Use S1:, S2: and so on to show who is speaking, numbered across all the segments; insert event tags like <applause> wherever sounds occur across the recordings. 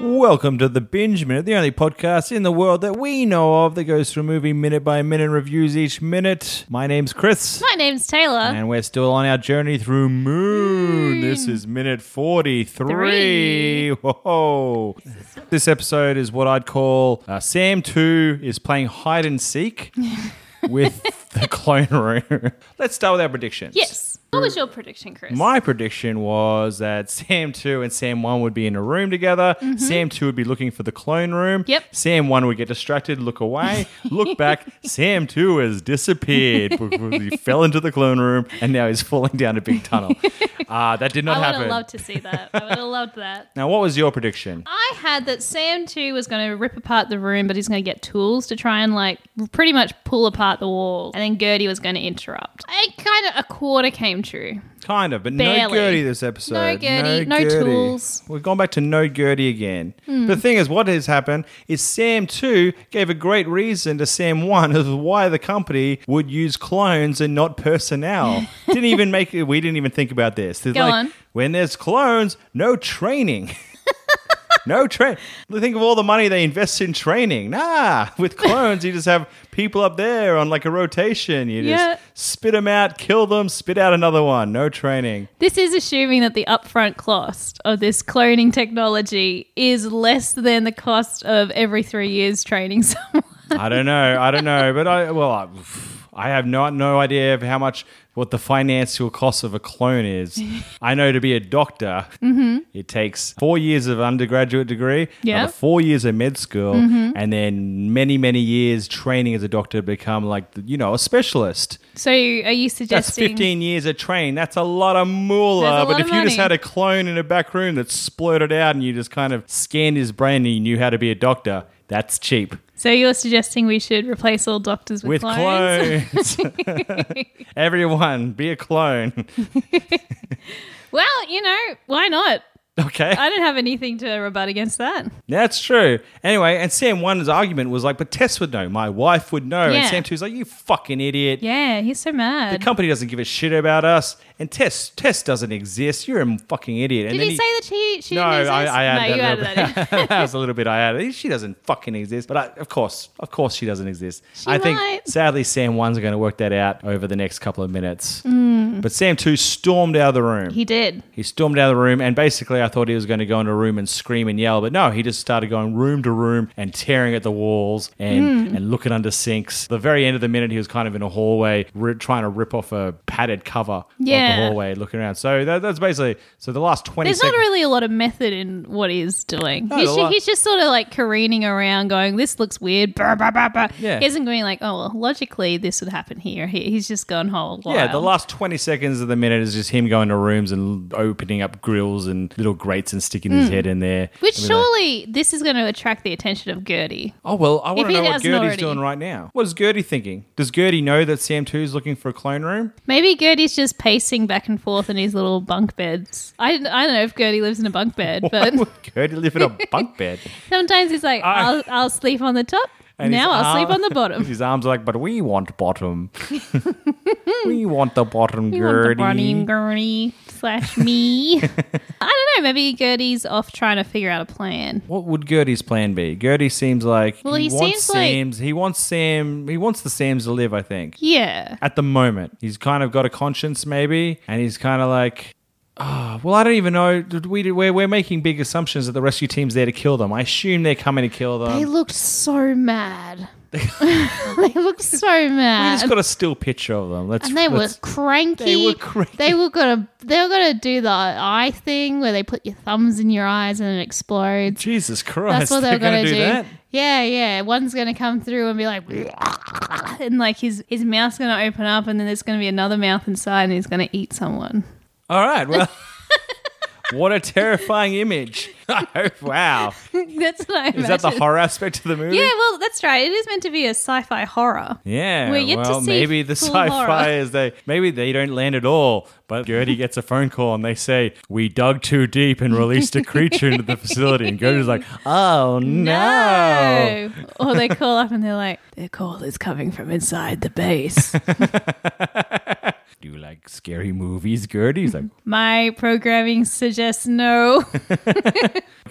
S1: welcome to the Binge Minute, the only podcast in the world that we know of that goes through movie minute by minute and reviews each minute. My name's Chris,
S2: My name's Taylor.
S1: and we're still on our journey through Moon. This is minute 43.
S2: Hmm. Three.
S1: Whoa. This episode is what I'd call uh, Sam 2 is playing hide
S2: <laughs>
S1: and seek with the clone room. Let's start with our predictions.
S2: Yes. What was your prediction, Chris?
S1: My prediction was that <laughs> Sam 2 and Sam 1 would be in a room together. Sam 2 would be looking for the clone room.
S2: Mm-hmm. Yep.
S1: Sam 1 would get distracted,
S2: <laughs>
S1: look away, look back. Sam 2 has disappeared. he fell into the clone room and now he's falling down a big
S2: <laughs>
S1: tunnel. Uh, that did
S2: I
S1: not
S2: would
S1: happen.
S2: have loved to see that. I <laughs> would have loved that.
S1: now, what was your prediction?
S2: I had that Sam too was going to rip apart the room, but he's going to get tools to try and like pretty much pull apart the wall. And then Gertie was going to interrupt. I kind of a quarter came true.
S1: Kind of, but no
S2: Barely.
S1: Gertie this episode.
S2: No Gertie, no tools. Hmm.
S1: We've gone back to no Gertie again. The thing is, what has happened is Sam 2 gave a great reason to Sam 1 of why the company would use clones and
S2: <laughs>
S1: not personnel. didn't even make it, we didn't even think about this. There's
S2: Go
S1: like,
S2: on.
S1: When there's clones, no training. <laughs> No train. Think of all the money they invest in training. Nah, with clones, you just have people up there on like a rotation. You just
S2: Yeah.
S1: spit them out, kill them, spit out another one. No training.
S2: This is assuming that the upfront cost of this cloning technology is less than the cost of every three years training <laughs> someone.
S1: I don't know. I don't know. But I well, I, I have not no idea of how much what the financial cost of a
S2: <laughs>
S1: clone is. I know to be a doctor, it takes four years of undergraduate degree,
S2: Mm-hmm. Yeah. Mm-hmm.
S1: another four years of med school, and then many many years training as a doctor to become like you know a specialist.
S2: So are you
S1: That's
S2: suggesting?
S1: 15 years of training. That's a lot of moolah.
S2: That's a
S1: But
S2: lot
S1: if
S2: of
S1: you just
S2: money.
S1: had a clone in a back room that splurted out and you just kind of scanned his brain and you knew how to be a doctor, that's cheap.
S2: So you're suggesting we should replace all doctors with,
S1: With
S2: clones?
S1: clones. <laughs> Everyone, be a clone. <laughs>
S2: Well, you know, why not?
S1: Okay.
S2: I don't have anything to rebut against that.
S1: That's true. Anyway, and Sam 1's argument was like, but Tess would know. My wife would know. And
S2: Yeah.
S1: Sam 2's like, you fucking idiot.
S2: Yeah, he's so
S1: The
S2: mad.
S1: company doesn't give a shit about us. And Tess, Tess doesn't exist. You're a fucking idiot. And
S2: Did
S1: then
S2: he, say that she, she
S1: no,
S2: didn't exist?
S1: I, I added
S2: no, you
S1: that,
S2: added
S1: little
S2: that in.
S1: bit. <laughs> that was a little bit. I added. She doesn't fucking exist. But I, of course, of course, she doesn't exist. I
S2: might.
S1: think sadly, Sam one's going to work that out over the next couple of minutes.
S2: Mm.
S1: But Sam two stormed out of the room.
S2: <laughs> He did.
S1: He stormed out of the room, and basically, I thought he was going to go into a room and scream and yell, but no, he just started going room to room and tearing at the walls and,
S2: Hmm.
S1: and looking under sinks. The very end of the minute, he was kind of in a hallway ri trying to rip off a padded cover of
S2: Yeah.
S1: the hallway, looking around. So that, that's basically so the last twenty
S2: There's not
S1: seconds.
S2: really a lot of method in what he's doing.
S1: No,
S2: he's,
S1: a lot-
S2: ju- he's just sort of like careening around, going, "This looks weird." Brr, brr, brr, brr.
S1: Yeah.
S2: He isn't going like, "Oh, well, logically this would happen here." He, he's just gone whole. Wild.
S1: Yeah, the last 20 seconds of the minute is just him going to rooms and l- opening up grills and little grates and sticking his head in there.
S2: Hmm. Which
S1: And be like,
S2: surely this is going to attract the attention of Gertie.
S1: oh, well, I want
S2: if
S1: to
S2: he
S1: know what
S2: hasn't
S1: Gertie's
S2: already-
S1: doing right now. What is Gertie thinking? Does Gertie know that Sam 2 is looking for a clone room?
S2: Maybe Gertie's just pacing back and forth in his little bunk beds. I, I don't know if Gertie lives in a bunk bed,
S1: Why
S2: but
S1: would Gertie
S2: <laughs>
S1: live in a bunk bed?
S2: sometimes he's like,
S1: I-
S2: I'll, I'll sleep on the top.
S1: <laughs> And his
S2: Now I'll sleep
S1: arm-
S2: on the bottom.
S1: <laughs> his arms are like, but we want bottom.
S2: <laughs>
S1: we want the bottom,
S2: You want the
S1: Gertie.
S2: Bonnie Gertie slash me. <laughs> I don't know. Maybe Gertie's off trying to figure out a plan.
S1: What would Gertie's plan be? Gertie seems like
S2: Well,
S1: he,
S2: he
S1: wants
S2: seems like-
S1: Sam's. He wants Sam. He wants the Sams to live. I think.
S2: Yeah.
S1: at the moment. He's kind of got a conscience, maybe, and he's kind of like, oh, well, I don't even know. We, we're, we're making big assumptions that the rescue team's there to kill them. I assume they're coming to kill them.
S2: They looked so
S1: <laughs>
S2: mad. they looked so
S1: we
S2: mad.
S1: just got a still picture of them. Let's,
S2: and they were
S1: let's-
S2: cranky.
S1: They were cranky.
S2: They were gonna. They were gonna do the eye thing where they put your thumbs in your eyes and it explodes.
S1: Jesus Christ.
S2: That's what they
S1: they're
S2: were
S1: going
S2: gonna
S1: to
S2: do.
S1: do that?
S2: Yeah, yeah. One's gonna come through and be like, and like his his mouth's gonna open up, and then there's gonna be another mouth inside, and he's gonna eat someone. <laughs>
S1: All right. Well, <laughs> what a terrifying image. <laughs> Oh, wow.
S2: that's what I imagine.
S1: Is that the horror aspect of the movie?
S2: Yeah, well, that's right. It is meant to be a sci-fi horror.
S1: Yeah,
S2: We're yet to
S1: well,
S2: see
S1: maybe the
S2: full
S1: sci-fi
S2: horror.
S1: is they maybe they don't land at all, but Gertie gets a phone call and they say we dug too deep and released a creature into the facility, and Gertie's like,
S2: <laughs>
S1: "Oh no!"
S2: or they call up
S1: <laughs>
S2: and they're like, "Their call is coming from inside the base."
S1: Do you like like scary movies, Gertie? He's like,
S2: My programming suggests no.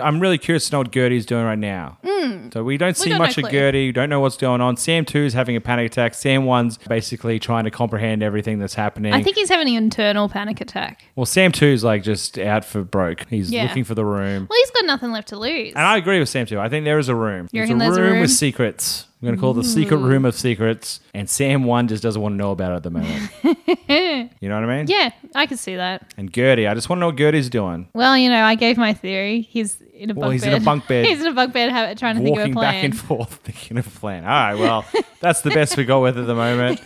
S1: I'm really curious to know what Gertie's doing right now.
S2: Hmm.
S1: So we don't see
S2: got no
S1: much of
S2: clue.
S1: Gertie. We don't know what's going on. Sam 2 is having a panic attack. Sam 1's basically trying to comprehend everything that's happening.
S2: I think he's having an internal panic attack.
S1: well, Sam 2's like just out for broke. He's
S2: Yeah.
S1: looking for the room.
S2: Well, he's got nothing left to lose.
S1: And I agree with Sam 2. I think there is a room.
S2: You
S1: There's a
S2: reckon
S1: room,
S2: there's a room? Hmm.
S1: with secrets. I'm going to call it the secret room of secrets. And Sam 1 just doesn't want to know about it
S2: <laughs>
S1: at the moment. you know what I mean?
S2: yeah, I could see that.
S1: And Gertie, I just want to know what Gertie's doing.
S2: Well, you know, I gave my theory. He's in a bunk
S1: Well, he's
S2: bed.
S1: in a bunk
S2: <laughs>
S1: bed.
S2: he's in a bunk bed ha- trying to think of a
S1: Walking
S2: plan. <laughs>
S1: back and forth, <laughs> thinking of a plan. All right, well, that's the best we got with at the moment.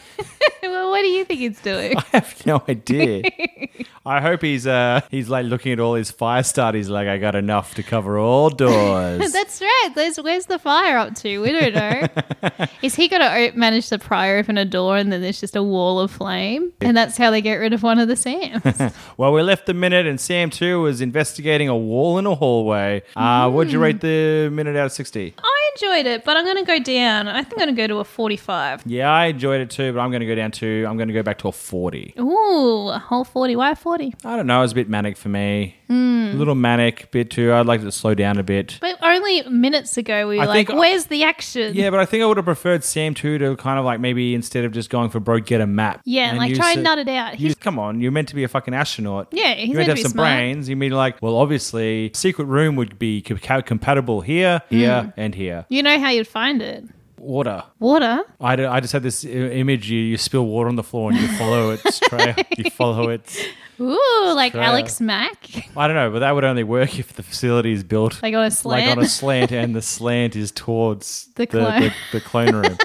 S2: well, what do you think he's
S1: <laughs>
S2: doing? <laughs>
S1: I have no idea. <laughs> I hope he's uh he's like looking at all his fire starters. like, I got enough to cover all <laughs> doors.
S2: That's right. There's, where's the fire up to? We don't know.
S1: <laughs>
S2: Is he going to manage to pry open a door and then there's just a wall of flame? And that's how they get rid of one of the
S1: <laughs>
S2: Sams. <laughs>
S1: well, we left the minute, and Sam too was investigating a wall in a hallway. Uh, What'd you rate the minute out of sixty?
S2: I enjoyed it, but I'm going to go down. I think I'm going to go to a 45.
S1: Yeah, I enjoyed it too, but I'm going to go down to I'm going to go back to a forty.
S2: Ooh, a whole 40. Why 40?
S1: I don't know. It was a bit manic for me. A little manic, bit too. I'd like it to slow down a bit.
S2: But only minutes ago we were
S1: I
S2: like,
S1: think I-
S2: where's the action?
S1: Yeah, but I think I would have preferred Sam too to kind of like maybe instead of just going for broke, get a map.
S2: Yeah,
S1: And
S2: like
S1: use
S2: try and
S1: it-
S2: nut it out.
S1: You, come on, you're meant to be a fucking astronaut.
S2: Yeah, he's
S1: you're meant to
S2: meant
S1: have
S2: to be
S1: some
S2: smart.
S1: brains. You mean like, well, obviously, secret room would be co- co- compatible here,
S2: Hmm.
S1: here, and here.
S2: You know how you'd find it.
S1: Water.
S2: Water.
S1: I, d- I just had this i- image. You, you spill water on the floor and you
S2: <laughs>
S1: follow its trail. You follow it.
S2: Ooh, like
S1: Try
S2: Alex Mack. <laughs>
S1: I don't know, but that would only work if the facility is built
S2: Like on a
S1: like
S2: slant.
S1: on a slant, and the slant is towards
S2: The
S1: the
S2: clone.
S1: the, the
S2: <laughs>
S1: clone room.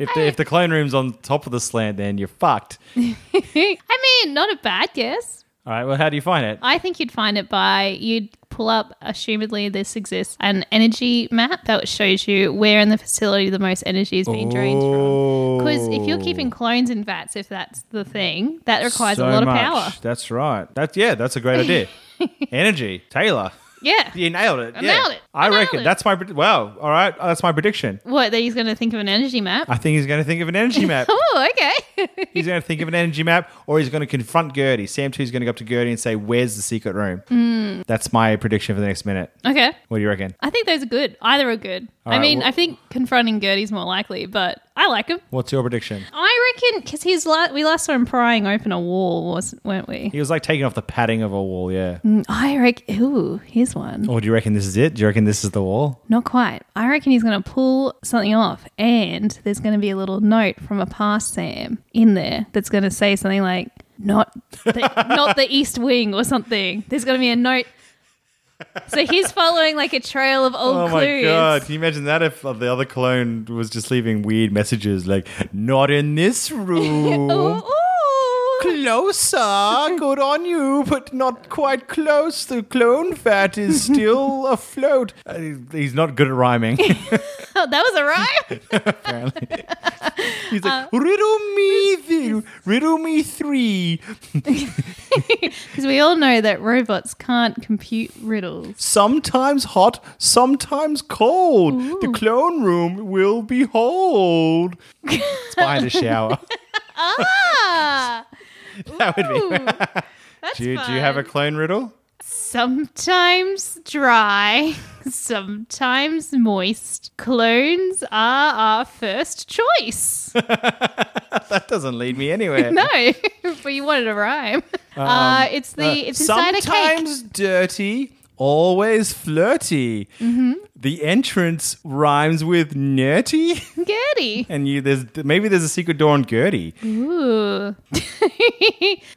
S1: If the, if the clone room's on top of the slant, then you're fucked.
S2: <laughs> I mean, not a bad guess.
S1: All right. Well, how do you find it?
S2: I think you'd find it by you'd pull up, assumedly this exists, an energy map that shows you where in the facility the most energy is being drained from. Because if you're keeping clones in vats, if that's the thing, that requires
S1: So
S2: a lot of
S1: much.
S2: power.
S1: That's right. That's yeah. That's a
S2: <laughs>
S1: great idea. Energy, Taylor.
S2: Yeah.
S1: You nailed it.
S2: I
S1: yeah.
S2: nailed it.
S1: I,
S2: I nailed
S1: reckon
S2: it.
S1: that's my pred- wow. All right, that's my prediction.
S2: What, that he's going to think of an energy map?
S1: I think he's going to think of an energy map.
S2: <laughs> Oh, okay. <laughs>
S1: he's going to think of an energy map, or he's going to confront Gertie. Sam two's going to go up to Gertie and say, "Where's the secret room?"
S2: Hmm.
S1: That's my prediction for the next minute.
S2: okay.
S1: What do you reckon?
S2: I think those are good. Either are good. I
S1: right,
S2: mean,
S1: well-
S2: I think confronting Gertie's more likely, but I like him.
S1: What's your prediction?
S2: I reckon because he's la- we last saw him prying open a wall, wasn't weren't we?
S1: He was like taking off the padding of a wall. Yeah.
S2: Mm, I reckon. Ooh, here's one.
S1: Or do you reckon this is it? Do you reckon this is the wall?
S2: Not quite. I reckon he's going to pull something off, and there's going to be a little note from a past Sam in there that's going to say something like "not
S1: <laughs>
S2: the, not the East Wing" or something. There's going to be a note. So he's following like a trail of old
S1: Oh
S2: clues.
S1: my god! Can you imagine that if uh, the other clone was just leaving weird messages like "not in this room"?
S2: Ooh, ooh.
S1: <laughs> Closer, good on you, but not quite close. The clone fat is <laughs> still afloat. Uh, he's not good at <laughs> rhyming,
S2: Oh, <laughs> that was a rhyme.
S1: apparently. He's like, riddle me, th- riddle me three.
S2: <laughs> Because we all know that robots can't compute riddles.
S1: Sometimes hot, sometimes cold. The clone room will be <laughs> hold. it's behind a shower. <laughs>
S2: Ah,
S1: That would be.
S2: ooh, that's
S1: Do you, do you have a
S2: fun.
S1: clone riddle?
S2: sometimes dry, sometimes moist? Clones are our first
S1: <laughs>
S2: choice.
S1: That doesn't lead me
S2: <laughs>
S1: anywhere.
S2: No, but you wanted a rhyme. uh, it's the it's inside a cake.
S1: Um, Sometimes dirty, always flirty.
S2: Mm-hmm.
S1: The entrance rhymes with nerdy, <laughs>
S2: Gertie.
S1: and you there's maybe there's a secret door on Gertie.
S2: Ooh. <laughs>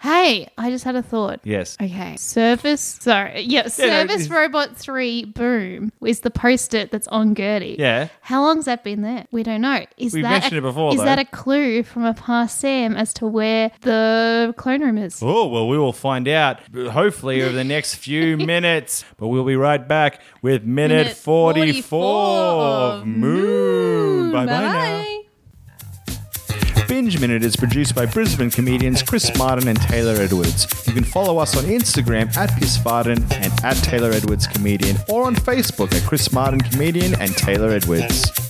S2: hey, I just had a thought.
S1: Yes.
S2: Okay. Service. Sorry. Yeah.
S1: Yeah, no,
S2: Service
S1: it's-
S2: Robot 3 Boom is the post it that's on Gertie.
S1: Yeah.
S2: How long's that been there? We don't know. Is
S1: We've
S2: that
S1: mentioned
S2: a,
S1: it before,
S2: Is
S1: though.
S2: that a clue from a past Sam as to where the clone room is?
S1: Oh, well, we will find out hopefully over the
S2: <laughs>
S1: next few minutes. But we'll be right back with minute,
S2: Minute
S1: 44,
S2: 44
S1: of
S2: of
S1: Moon. Bye bye now. Binge Minute is produced by Brisbane comedians Chris Martin and Taylor Edwards. You can follow us on Instagram at Chris Martin and at Taylor Edwards Comedian or on Facebook at Chris Martin Comedian and Taylor Edwards.
S2: Bye.